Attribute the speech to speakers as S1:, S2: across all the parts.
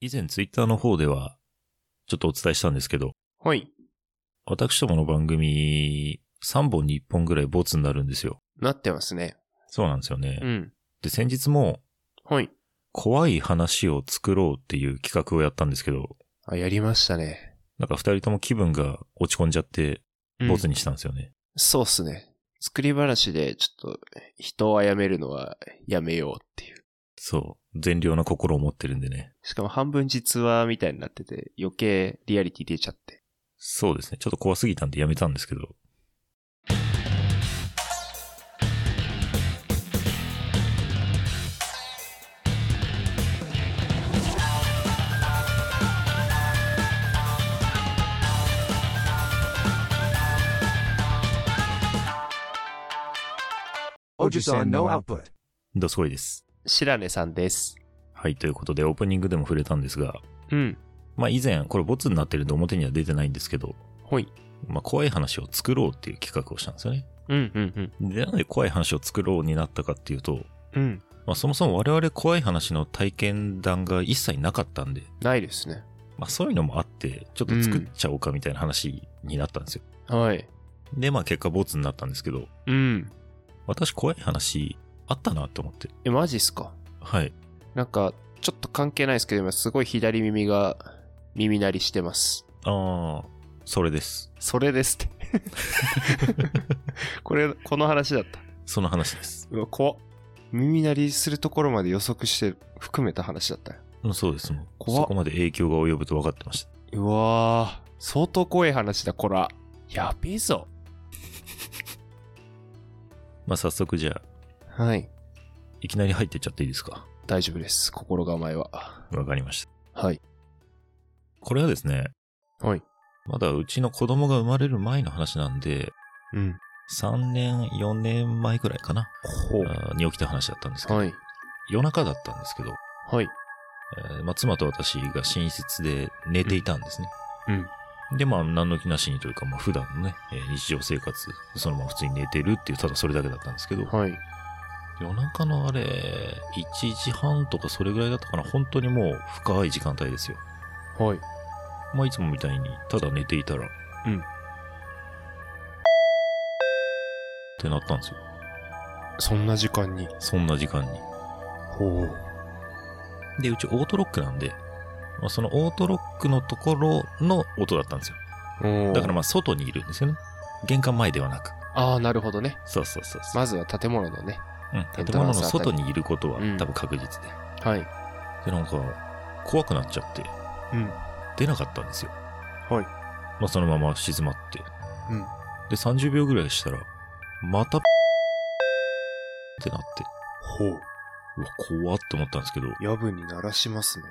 S1: 以前ツイッターの方では、ちょっとお伝えしたんですけど、
S2: はい。
S1: 私どもの番組、3本に1本ぐらいボツになるんですよ。
S2: なってますね。
S1: そうなんですよね。
S2: うん。
S1: で、先日も、
S2: はい。
S1: 怖い話を作ろうっていう企画をやったんですけど、
S2: あ、やりましたね。
S1: なんか二人とも気分が落ち込んじゃって、ボツにしたんですよね。
S2: そうっすね。作り話でちょっと人を殺めるのはやめようっていう。
S1: そう。善良な心を持ってるんでね。
S2: しかも半分実話みたいになってて余計リアリティ出ちゃって。
S1: そうですね。ちょっと怖すぎたんでやめたんですけど。
S3: Ojisan no output.
S1: だそうです。
S2: 白根さんです。
S1: はい。ということで、オープニングでも触れたんですが、
S2: うん。
S1: まあ以前、これボツになってるんで表には出てないんですけど、
S2: ほい。
S1: まあ怖い話を作ろうっていう企画をしたんですよね。
S2: うんうん
S1: で、なんで怖い話を作ろうになったかっていうと、
S2: うん。うん。
S1: まあそもそも我々怖い話の体験談が一切なかったんで、
S2: ないですね。
S1: まあそういうのもあって、ちょっと作っちゃおうかみたいな話になったんですよ。
S2: はい。
S1: で、まあ結果ボツになったんですけど、
S2: うん。
S1: 私怖い話あったなって思って。
S2: え、マジっすか
S1: はい。
S2: なんか、ちょっと関係ないですけど、今すごい左耳が耳鳴りしてます。
S1: ああ、それです。
S2: それですって。 これ、この話だった。
S1: その話です。
S2: うわ、怖っ耳鳴りするところまで予測して含めた話だったよ。
S1: うんそうです。もう
S2: 怖っ
S1: そこまで影響が及ぶと分かってました。
S2: うわー相当怖い話だ、こら。やべえぞ。
S1: まあ早速じゃあ、
S2: はい。
S1: いきなり入ってっちゃっていいですか。
S2: 大丈夫です。心構えは。
S1: わかりました。
S2: はい。
S1: これはですね、
S2: はい。
S1: まだうちの子供が生まれる前の話なんで、
S2: うん。
S1: 3年、4年前くらいかな。
S2: ほ
S1: あーに起きた話だったんですけど、
S2: はい。
S1: 夜中だったんですけど、
S2: はい。
S1: えーまあ、妻と私が寝室で寝ていたんですね。
S2: うん。
S1: で、まあ、何の気なしにというか、まあ、普段のね、えー日常生活、そのまま普通に寝てるっていう、ただそれだけだったんですけど、
S2: はい。
S1: 夜中のあれ、1時半とかそれぐらいだったかな、本当にもう深い時間帯ですよ。
S2: はい。
S1: まあ、いつもみたいに、ただ寝ていたら、
S2: うん
S1: ってなったんですよ。
S2: そんな時間に。
S1: そんな時間に。
S2: ほう。
S1: で、うちオートロックなんで、まあ、そのオートロックのところの音だったんですよ。だからまあ外にいるんですよね。玄関前ではなく。
S2: ああ、なるほどね。
S1: そうそうそうそう、
S2: まずは建物のね。
S1: うん。建物の外にいることは
S2: うん
S1: 多分確実で。
S2: はい。
S1: で、なんか怖くなっちゃって
S2: うん。
S1: 出なかったんですよ。
S2: はい。
S1: まあそのまま静まって。
S2: うん。
S1: で、30秒ぐらいしたら、またってなって。
S2: ほう。
S1: うわ、怖って思ったんですけど、
S2: 夜分に鳴らしますね。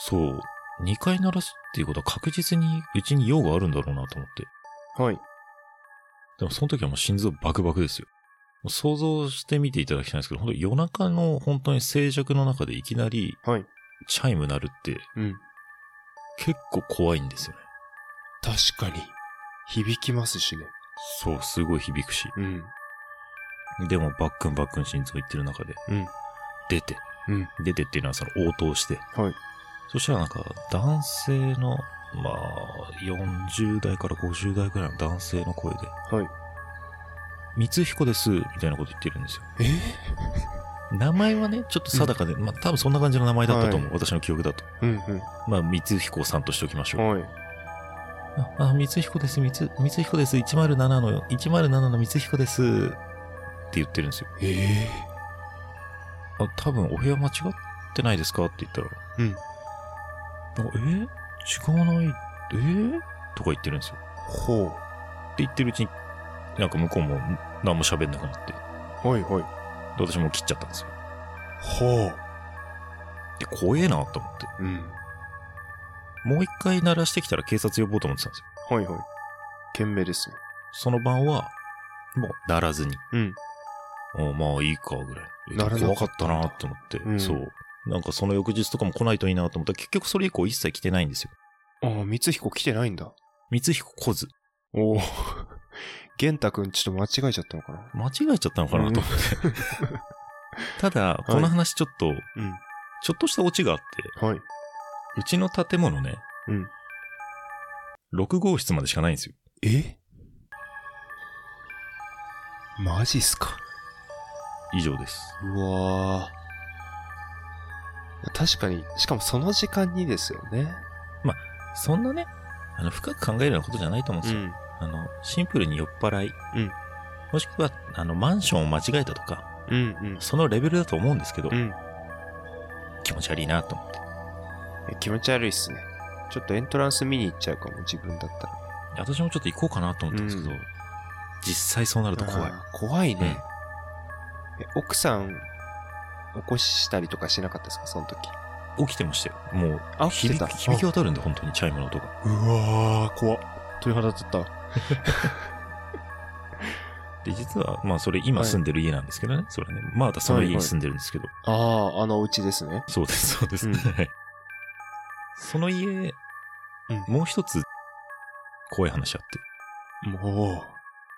S1: そう。2回鳴らすっていうことは確実にうちに用があるんだろうなと思って。
S2: はい。
S1: でもその時はもう心臓バクバクですよ。もう想像してみていただきたいんですけど、本当夜中の本当に静寂の中でいきなり、
S2: はい
S1: チャイム鳴るって
S2: うん。
S1: 結構怖いんですよね。
S2: 確かに。響きますしね。
S1: そう、すごい響くし。
S2: うん。
S1: でもバックンバックン心臓いってる中で、
S2: うん。
S1: 出て、
S2: うん。
S1: 出てっていうのはその応答して。
S2: はい。
S1: そしたらなんか男性の、まあ、40代から50代くらいの男性の声で、
S2: はい。
S1: 光彦です、みたいなこと言ってるんですよ。
S2: え
S1: 名前はね、ちょっと定かで、まあ多分そんな感じの名前だったと思う。私の記憶だと。
S2: うん
S1: まあ、光彦さんとしておきまし
S2: う
S1: ょう。
S2: ん。はい。
S1: あ、あ光彦です、光、光彦です、107の、107の光彦です、って言ってるんですよ。
S2: ええ
S1: あ、多分お部屋間違ってないですかって言ったら、
S2: うん
S1: なんか、えー違わない、えーとか言ってるんですよ。
S2: ほ
S1: って言ってるうちに、なんか向こうも何も喋んなくなって、で
S2: う。はいはい。
S1: 私も切っちゃったんですよ。
S2: ほう。
S1: で、怖えなと思って。
S2: うん。
S1: もう一回鳴らしてきたら警察呼ぼうと思ってたんですよ。
S2: はいはい。懸命ですね。
S1: その晩は、もう鳴らずに。
S2: うん。
S1: おまあいいか、ぐらい。え
S2: ならな
S1: 怖
S2: か
S1: か
S2: っ
S1: ったた
S2: んだ
S1: なって思って、
S2: うん
S1: そう。なんかその翌日とかも来ないといいなと思ったら、結局それ以降一切来てないんですよ。
S2: ああ、光彦来てないんだ。
S1: 光彦来ず。
S2: おお。 玄太くんちょっと間違えちゃったのかな
S1: 間違えちゃったのかなと思って。ただ、この話ちょっと、
S2: うん。
S1: ちょっとしたオチがあって、
S2: はい。
S1: うちの建物ね、
S2: うん
S1: 6号室までしかないんですよ。
S2: えマジっすか。
S1: 以上です。
S2: うわー確かに、しかもその時間にですよね。
S1: そんなね、あの、深く考えるようなことじゃないと思うんですよ。
S2: ん。
S1: あの、シンプルに酔っ払い。
S2: うん
S1: もしくは、あの、マンションを間違えたとか、
S2: うん
S1: そのレベルだと思うんですけど、
S2: うん。うん。
S1: 気持ち悪いなと思って。
S2: え気持ち悪いっすね。ちょっとエントランス見に行っちゃうかも、自分だったら。
S1: 私もちょっと行こうかなと思ったんですけど、
S2: うん
S1: 実際そうなると怖い。
S2: あー。怖いね。え奥さん、起こしたりとかしなかったですか、その時。
S1: 起きてましたよ。もう、
S2: あ、起き
S1: 響
S2: てた。
S1: き響き渡るんで、本当にチャイムの音が。
S2: うわー、怖っ。鳥肌立った。
S1: で、実は、まあ、それ今住んでる家なんですけどね。それはね。まだその家に住んでるんですけど。
S2: あー、あのお家ですね。
S1: そう です、そうです。
S2: うん
S1: はいその家、
S2: うん
S1: もう一つ、怖い話あって。
S2: も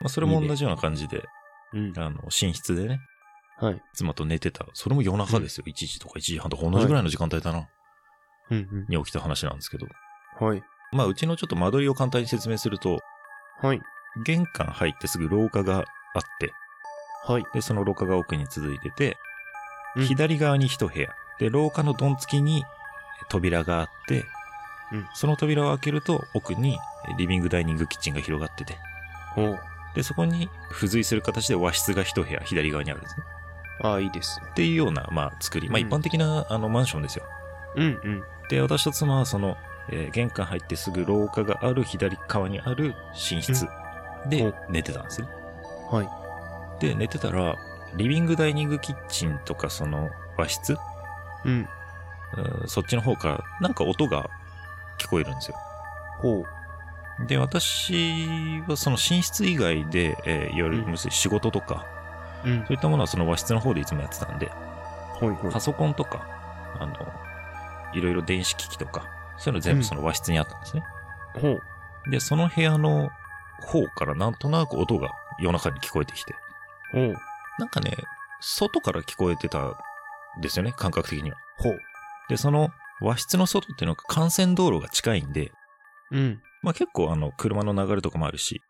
S1: まあ、それも同じような感じで、
S2: う。うん。
S1: あの、寝室でね、
S2: はい。
S1: 妻と寝てた。それも夜中ですよ。1時とか1時半とか同じぐらいの時間帯だな。
S2: うん
S1: に起きた話なんですけど。
S2: うん。はい。
S1: まあ、うちのちょっと間取りを簡単に説明すると、
S2: はい。
S1: 玄関入ってすぐ廊下があって、
S2: はい。
S1: で、その廊下が奥に続いてて、
S2: うん
S1: 左側に一部屋。で、廊下のどんつきに扉があって、
S2: うん
S1: その扉を開けると奥にリビングダイニングキッチンが広がってて、
S2: おう
S1: で、そこに付随する形で和室が一部屋左側にあるんですね。
S2: ああ、いいですね
S1: っ。ていうような、まあ、作り。まあ、
S2: うん
S1: 一般的な、あの、マンションですよ。
S2: うんうん。
S1: で、私と妻はその、えー玄関入ってすぐ廊下がある左側にある寝室
S2: う
S1: で
S2: ん
S1: 寝てたんですね。
S2: はい。
S1: で、寝てたら、リビングダイニングキッチンとかその和室
S2: うん。
S1: うんそっちの方からなんか音が聞こえるんですよ。
S2: ほう。
S1: で、私はその寝室以外で、えーいわゆる
S2: うん
S1: 仕事とか、
S2: うん。
S1: そういったものはその和室の方でいつもやってたんで、
S2: ほいほい
S1: パ。ソコンとか、あの、いろいろ電子機器とか、そういうの全部その和室にあったんですね。
S2: ほう。
S1: で、その部屋の方からなんとなく音が夜中に聞こえてきて、
S2: ほう。
S1: なんかね、外から聞こえてたんですよね、感覚的には。
S2: ほう。
S1: で、その和室の外っていうのが幹線道路が近いんで、
S2: うん。
S1: まあ結構あの車の流れとかもあるし、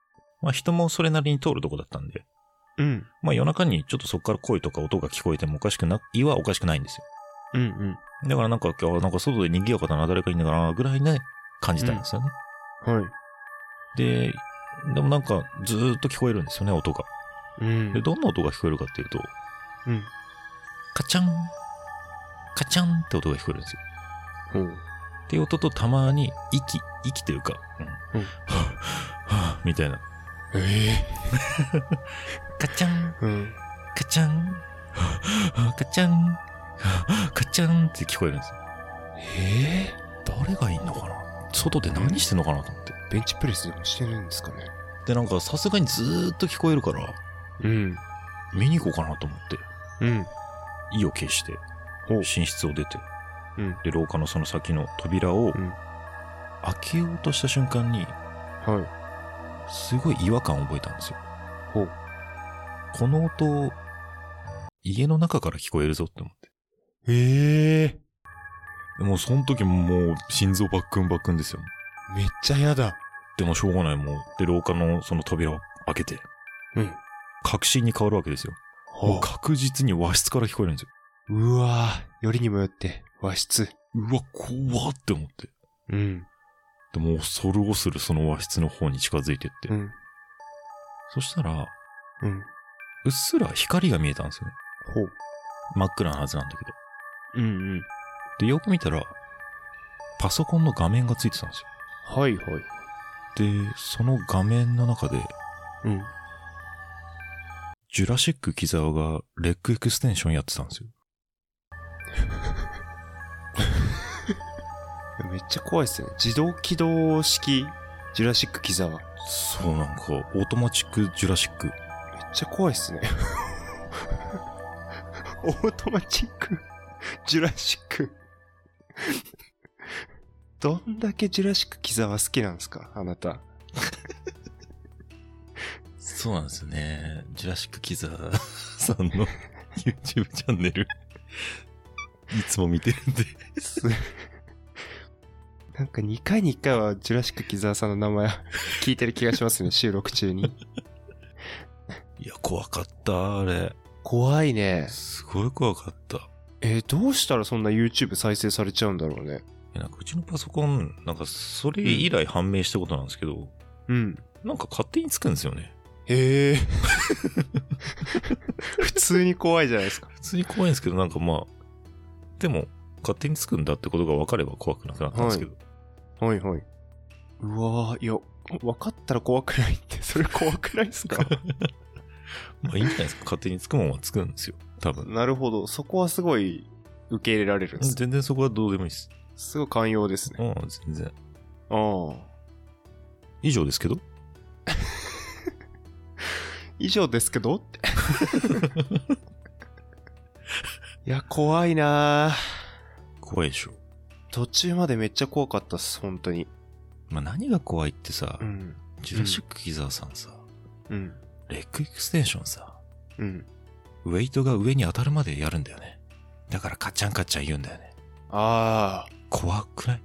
S1: まあ人もそれなりに通るとこだったんで、
S2: うん。
S1: まあ夜中にちょっとそこから声とか音が聞こえてもおかしくな、いはおかしくないんです
S2: うんうん。
S1: よ。だからなんか今日なんか外で賑やかだな、誰かいんだかな、ぐらいね、感じたんですよね。
S2: はい。
S1: で、でもなんかずーっと聞こえるんですよね、音が。
S2: うん
S1: で、どんな音が聞こえるかっていうと、
S2: うん。
S1: カチャン、カチャンって音が聞こえるんですよ。
S2: ほう。
S1: っていう音とたまに息、息というか、うん
S2: うん
S1: はぁ、はぁ、 みたいな。
S2: え
S1: カチャン、
S2: えうん。
S1: カチャン、 カチャン、 カチャンって聞こえるんですよ。
S2: え
S1: 誰がいんのかな外で何してんのかなと思って。
S2: ベンチプレスでもしてるんですかね。
S1: で、なんかさすがにずーっと聞こえるから、
S2: うん。
S1: 見に行こうかなと思って、
S2: うん。
S1: 意を決して、
S2: ほう
S1: 寝。室を出て、
S2: うん
S1: で、廊下のその先の扉を
S2: うん
S1: 開けようとした瞬間に、
S2: は
S1: すごい違和感を覚えたんですよ。
S2: い。ほう。
S1: この音、家の中から聞こえるぞって思って。
S2: ええ
S1: でもうその時もう心臓バックンバックンですよ。
S2: めっちゃ嫌だ。
S1: でもしょうがないもう。で、廊下のその扉を開けて、
S2: うん。
S1: 確信に変わるわけですよ。もう確実に和室から聞こえるんですよ。
S2: う。うわぁ。よりにもよって、和室。
S1: うわ、怖って思って。
S2: うん。
S1: でもう恐る恐るその和室の方に近づいてって。
S2: うん。
S1: そしたら、
S2: うん。
S1: うっすら光が見えたんですよね。
S2: ほう。
S1: 真っ暗なはずなんだけど。
S2: うんうん。
S1: で、よく見たら、パソコンの画面がついてたんです
S2: はいはい。
S1: よ。で、その画面の中で、
S2: うん。
S1: ジュラシック木沢がレックエクステンションやってたんですよ。
S2: めっちゃ怖いっすね。自動起動式、ジュラシックキザワ。めっ
S1: そうなんか、オートマチックジュラシック。
S2: ちゃ怖いっすね。 オートマチック、ジュラシック。どんだけジュラシックキザワ好きなんですかあなた。
S1: そうなんですよね。ジュラシック木沢 さんの YouTube チャンネル、いつも見てるんで。
S2: すなんか2回に1回はジュラシック木沢さんの名前聞いてる気がし ますね、収録中に。
S1: いや、怖かった、あれ。
S2: 怖いね。
S1: すごい怖かった。
S2: えーどうしたらそんな YouTube 再生されちゃうんだろうね。
S1: えなんかうちのパソコン、なんかそれ以来判明したことなんですけど、
S2: うん。
S1: なんか勝手につくんですよね。
S2: へえ。 普通に怖いじゃないですか。
S1: 普通に怖いんですけど、なんかまあ、でも、勝手につくんだってことが分かれば怖くなくなったんですけど。
S2: はいはい。うわーいや、分かったら怖くないって、 それ怖くないですか
S1: まあいいんじゃないですか。勝手につくもんはつくんですよ。多分。
S2: なるほど。そこはすごい受け入れられるんですね。
S1: 全然そこはどうでもいいです。
S2: すごい寛容ですね。
S1: うん、全然。
S2: ああ。
S1: 以上ですけど。
S2: 以上ですけどって いや、怖いなぁ
S1: 怖いでしょ。
S2: 途中までめっちゃ怖かったっす、本当に。
S1: まあ何が怖いってさ、
S2: ん。
S1: ジュラシック・ギザーさんさ、
S2: うん。
S1: レッグエクステンションさ、
S2: うん。
S1: ウェイトが上に当たるまでやるんだよね。だからカッチャンカッチャン言うんだよね。
S2: ああ。
S1: 怖くない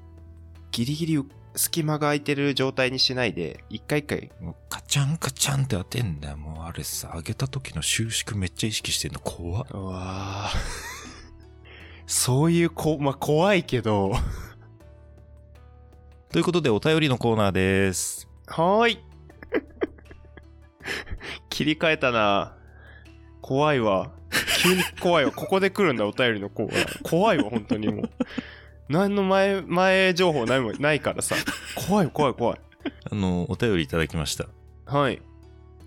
S2: ギリギリ隙間が空いてる状態にしないで、一回一回。
S1: もうカチャンカチャンって当てんだよ。もうあれさ、上げた時の収縮めっちゃ意識してんの怖っ。
S2: うわぁ。 そういうこ、まあ、怖いけど。は
S1: ということでお便りのコーナーです。
S2: ーい。 切り替えたな怖いわ。急に怖いわ。ここで来るんだ、お便りのコーナー。怖いわ、本当にもう。何の前、前情報ないもん、ないからさ。怖い、怖い、怖い。
S1: あの、お便りいただきました。
S2: はい。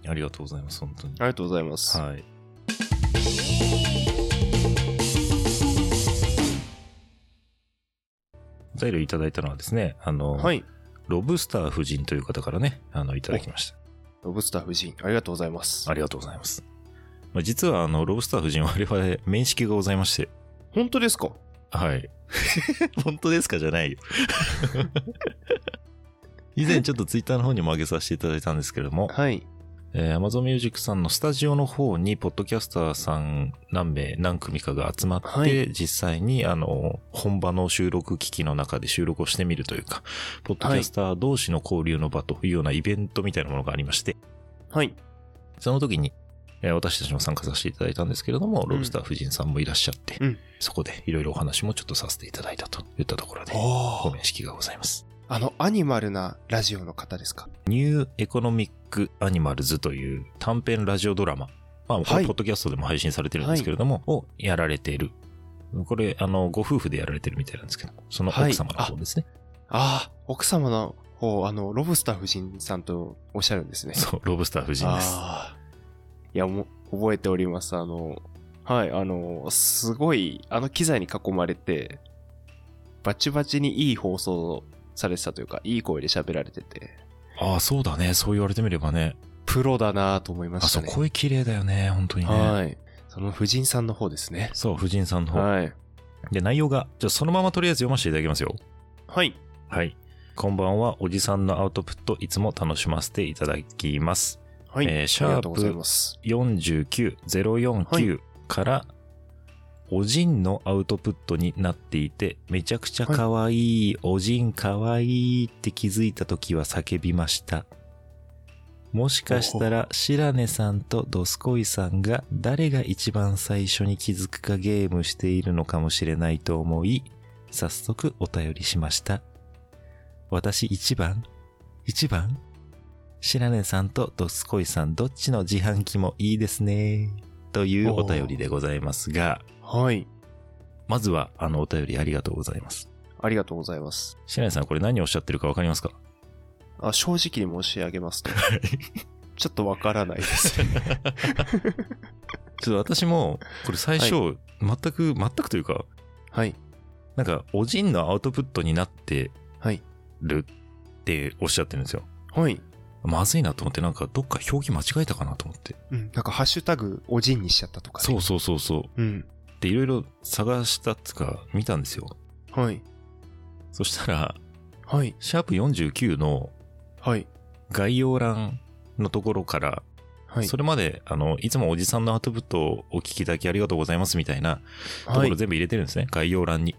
S1: ありがとうございます、本当に。
S2: ありがとうございます。
S1: はい。お便りいただいたのはですね、あの、
S2: はい。
S1: ロブスター夫人という方からね、あの、いただきました。
S2: ロブスター夫人、ありがとうございます。
S1: ありがとうございます。まあ、実は、あの、ロブスター夫人は我々、面識がございまして。
S2: 本当ですか
S1: はい。 本当ですかじゃないよ。 以前ちょっとツイッターの方にも上げさせていただいたんですけれども、
S2: はい。
S1: えー、Amazon Music さんのスタジオの方に、ポッドキャスターさん何名、何組かが集まって、
S2: はい
S1: 実際に、あの、本場の収録機器の中で収録をしてみるというか、ポッドキャスター同士の交流の場というようなイベントみたいなものがありまして、
S2: はい。
S1: その時に、えー私たちも参加させていただいたんですけれども、ロブスター夫人さんもいらっしゃって、
S2: うん
S1: そこでいろいろお話もちょっとさせていただいたといったところで、
S2: お
S1: ご。面識がございます。
S2: あの、アニマルなラジオの方ですか
S1: ニューエコノミックアニマルズという短編ラジオドラマ、まあ、こ
S2: は
S1: れ、
S2: い
S1: ポッドキャストでも配信されてるんですけれども、をやられている。これ、あの、ご夫婦でやられてるみたいなんですけど、その奥様の方ですね。
S2: ああ、奥様の方、あの、ロブスター夫人さんとおっしゃるんですね。
S1: そう、ロブスター夫人です。
S2: ああ。いや、もう、覚えております。あの、はい、あの、すごい、あの機材に囲まれて、バチバチにいい放送をされてたというか、いい声で喋られてて、
S1: ああ、そうだね。そう言われてみればね。
S2: プロだなぁと思いま
S1: あ、
S2: し
S1: そ
S2: た
S1: う、
S2: ね。
S1: 声綺麗だよね。本当にね。
S2: はい。その夫人さんの方ですね。
S1: そう、夫人さんの方。
S2: はい。
S1: で、内容が、じゃあそのままとりあえず読ませていただきますよ。
S2: はい。
S1: はい。こんばんは、おじさんのアウトプット、いつも楽しませていただきます。
S2: はい。
S1: えーシャープ
S2: ありがとうございます。
S1: 49049、から、おじんのアウトプットになっていて、めちゃくちゃ可愛い、おじん可愛いって気づいた時は叫びました。もしかしたら、白根さんとドスコイさんが誰が一番最初に気づくかゲームしているのかもしれないと思い、早速お便りしました。私一番一番白根さんとドスコイさんどっちの自販機もいいですね。というお便りでございますが、
S2: はい。
S1: まずはあのお便りありがとうございます。
S2: ありがとうございます。
S1: 白根さんこれ何をおっしゃってるかわかりますか
S2: あ正直に申し上 げますと。ちょっとわからないですね。
S1: ちょっと私もこれ最初、全く全くというか、
S2: はい。
S1: なんかおじんのアウトプットになって
S2: はい。
S1: るっておっしゃってるんですよ。
S2: はい。
S1: まずいなと思ってなんかどっか表記間違えたかなと思って。
S2: うん。なんか、ハッシュタグ、おじんにしちゃったとか、ね。
S1: そうそうそうそう。
S2: う。うん。
S1: でいろいろ探したっつうか見たんですよ。
S2: はい。
S1: そしたら、
S2: はい。
S1: シャープ49の
S2: はい。
S1: 概要欄のところから、
S2: はい。
S1: それまで、あの、いつもおじさんのアウトプットをお聞きいただきありがとうございますみたいなとこ
S2: はい
S1: ろ。全部入れてるんですね、概要欄に。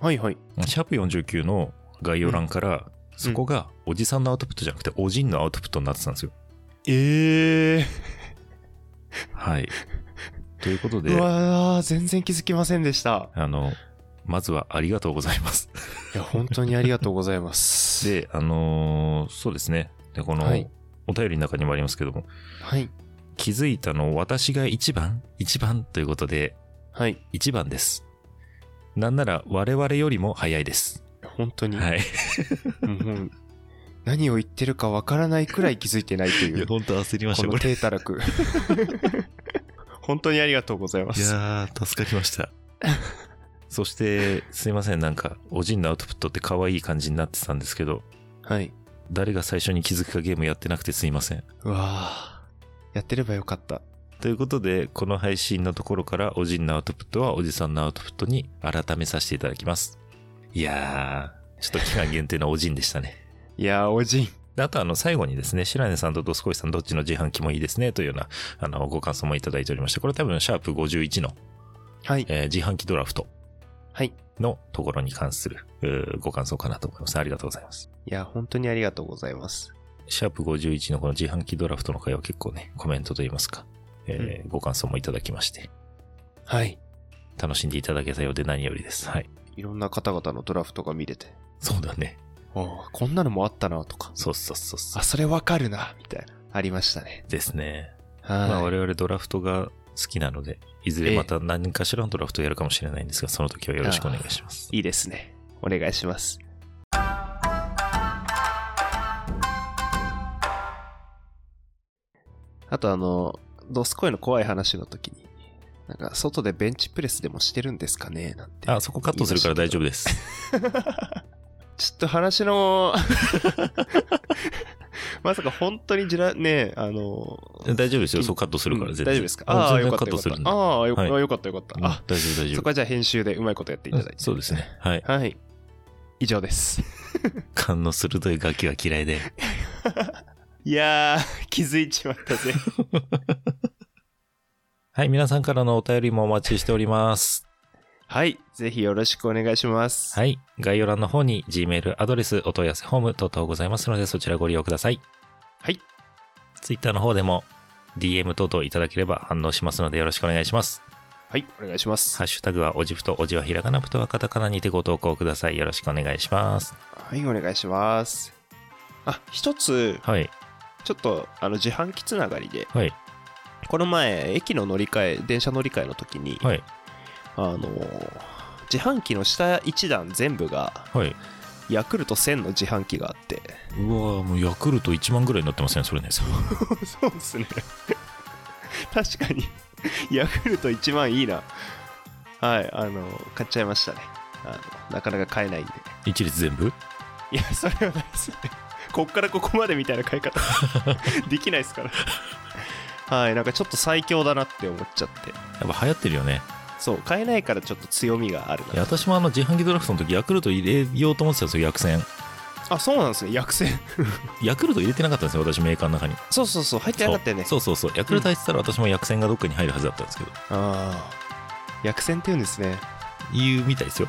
S2: はい。はい。
S1: シャープ49の概要欄から、そこがおじさんのアウトプットじゃなくて、おじんのアウトプットになってたんですよ。
S2: ええ
S1: はい。 ということ
S2: ー。う
S1: で、
S2: わー、全然気づきませんでした。
S1: あの、まずはありがとうございます。
S2: いや、本当にありがとうござい ま す。、
S1: で、あのーそうですね。で、この、
S2: はい
S1: お便りの中にもありますけども、
S2: はい。
S1: 気づいたの私が一番一番ということで、
S2: はい。
S1: 一番です。なんなら我々よりも早いです。
S2: 本当に。
S1: はい。
S2: もうもう何を言ってるかわからないくらい気づいてないという、こ
S1: 本当焦りま
S2: の低たら く。本当にありがとうございま
S1: い
S2: す。
S1: やー、助かりま した。そして、すいません、なんか、おじんのアウトプットって可愛い感じになってたんですけど、
S2: はい。
S1: 誰が最初に気づくかゲームやってなくてすいません。
S2: うわーやってればよかった。
S1: ということで、この配信のところから、おじんのアウトプットはおじさんのアウトプットに改めさせていただきます。いやー、ちょっと期間限定のおじんでしたね。
S2: いやーおじん。
S1: であと、あの、最後にですね、白根さんとドスコイさんどっちの自販機もいいですね、というような、あの、ご感想もいただいておりまして、これ多分、シャープ51の、
S2: はい。
S1: えー自販機ドラフト
S2: はい。
S1: のところに関する、えーご感想かなと思います。ありがとうございます。
S2: いやー本当にありがとうございます。
S1: シャープ51のこの自販機ドラフトの回は結構ね、コメントといいますか、えーご感想もいただきまして、
S2: はい。
S1: 楽しんでいただけたようで何よりです。はい。
S2: いろんな方々のドラフトが見れて、
S1: そうだね。
S2: あーこんなのもあったなとか、
S1: そうそうそうそ
S2: あ、それわかるな、みたいな。ありましたね。
S1: う。ですね。まあ
S2: はい。
S1: 我々ドラフトが好きなので、いずれまた何かしらのドラフトをやるかもしれないんですが、その時はよろしくお願いします。
S2: いいですね。お願いします。あとあの、ドスコイの怖い話の時に、なんか外でベンチプレスでもしてるんですかねなんて。
S1: あ、そこカットするから大丈夫です。
S2: ちょっと話の、 まさか本当にじら、ねえ、あの、
S1: 大丈夫ですよ。
S2: うん
S1: そうカットするから、
S2: うん
S1: 全然。
S2: 大丈夫ですか
S1: あ
S2: ああ、
S1: 全
S2: よ
S1: 然
S2: かっ
S1: カ
S2: た
S1: ット
S2: よかっ
S1: するんで
S2: た。ああ、よ
S1: はい
S2: よかったよかった。
S1: うん
S2: あ、
S1: 大丈夫、大丈
S2: そこ
S1: 夫。
S2: はじゃあ編集でうまいことやっていただいて。
S1: そうですね。。はい。
S2: はい。以上です。
S1: 勘の鋭いガキは嫌いで。
S2: いやー、気づいちまったぜ。
S1: はい、皆さんからのお便りもお待ちしております。
S2: はい。ぜひよろしくお願いします。
S1: はい。概要欄の方に Gmail アドレス、お問い合わせフォーム等々ございますので、そちらご利用ください。
S2: はい。
S1: Twitter の方でも DM 等々いただければ反応しますので、よろしくお願いします。
S2: はい。お願いします。
S1: ハッシュタグはおじふとおじはひらがなぷとはカタカナにてご投稿ください。よろしくお願いします。
S2: はい、お願いします。あ、一つ、
S1: はい。
S2: ちょっと、あの、自販機つながりで、
S1: はい。
S2: この前、駅の乗り換え、電車乗り換えの時に、
S1: はい。
S2: あのー、自販機の下1段全部が、
S1: はい。
S2: ヤクルト1000の自販機があって、
S1: うわーもうヤクルト1万ぐらいになってますね、それね。
S2: そうですね。確かに、ヤクルト1万いいな。はい、あの、買っちゃいましたね。あのなかなか買えないんで。
S1: 一律全部
S2: いや、それはないですね。こっからここまでみたいな買い方 できないですから。はい、なんかちょっと最強だなって思っちゃって。
S1: やっぱ流行ってるよね。
S2: そう、買えないからちょっと強みがある
S1: いや
S2: な。
S1: 私もあの自販機ドラフトの時ヤクルト入れようと思ってたんですよ、薬膳。
S2: あ、そうなんですね、薬膳。
S1: ヤクルト入れてなかったんですよ、私メーカーの中に。
S2: そうそうそう、入ってなかったよね。
S1: そうそうそうそう。ヤクルト入ってたら私も薬膳がどっかに入るはずだったんですけど。
S2: ああ。薬膳って言うんですね。
S1: 言うみたいですよ。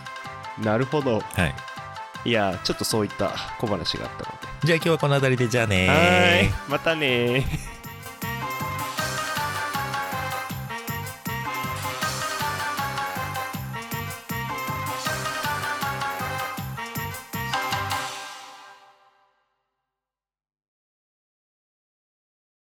S2: なるほど。
S1: はい。
S2: いや、ちょっとそういった小話があったので。
S1: じゃあ今日はこの辺りで、じゃあねー
S2: はーい。またねー。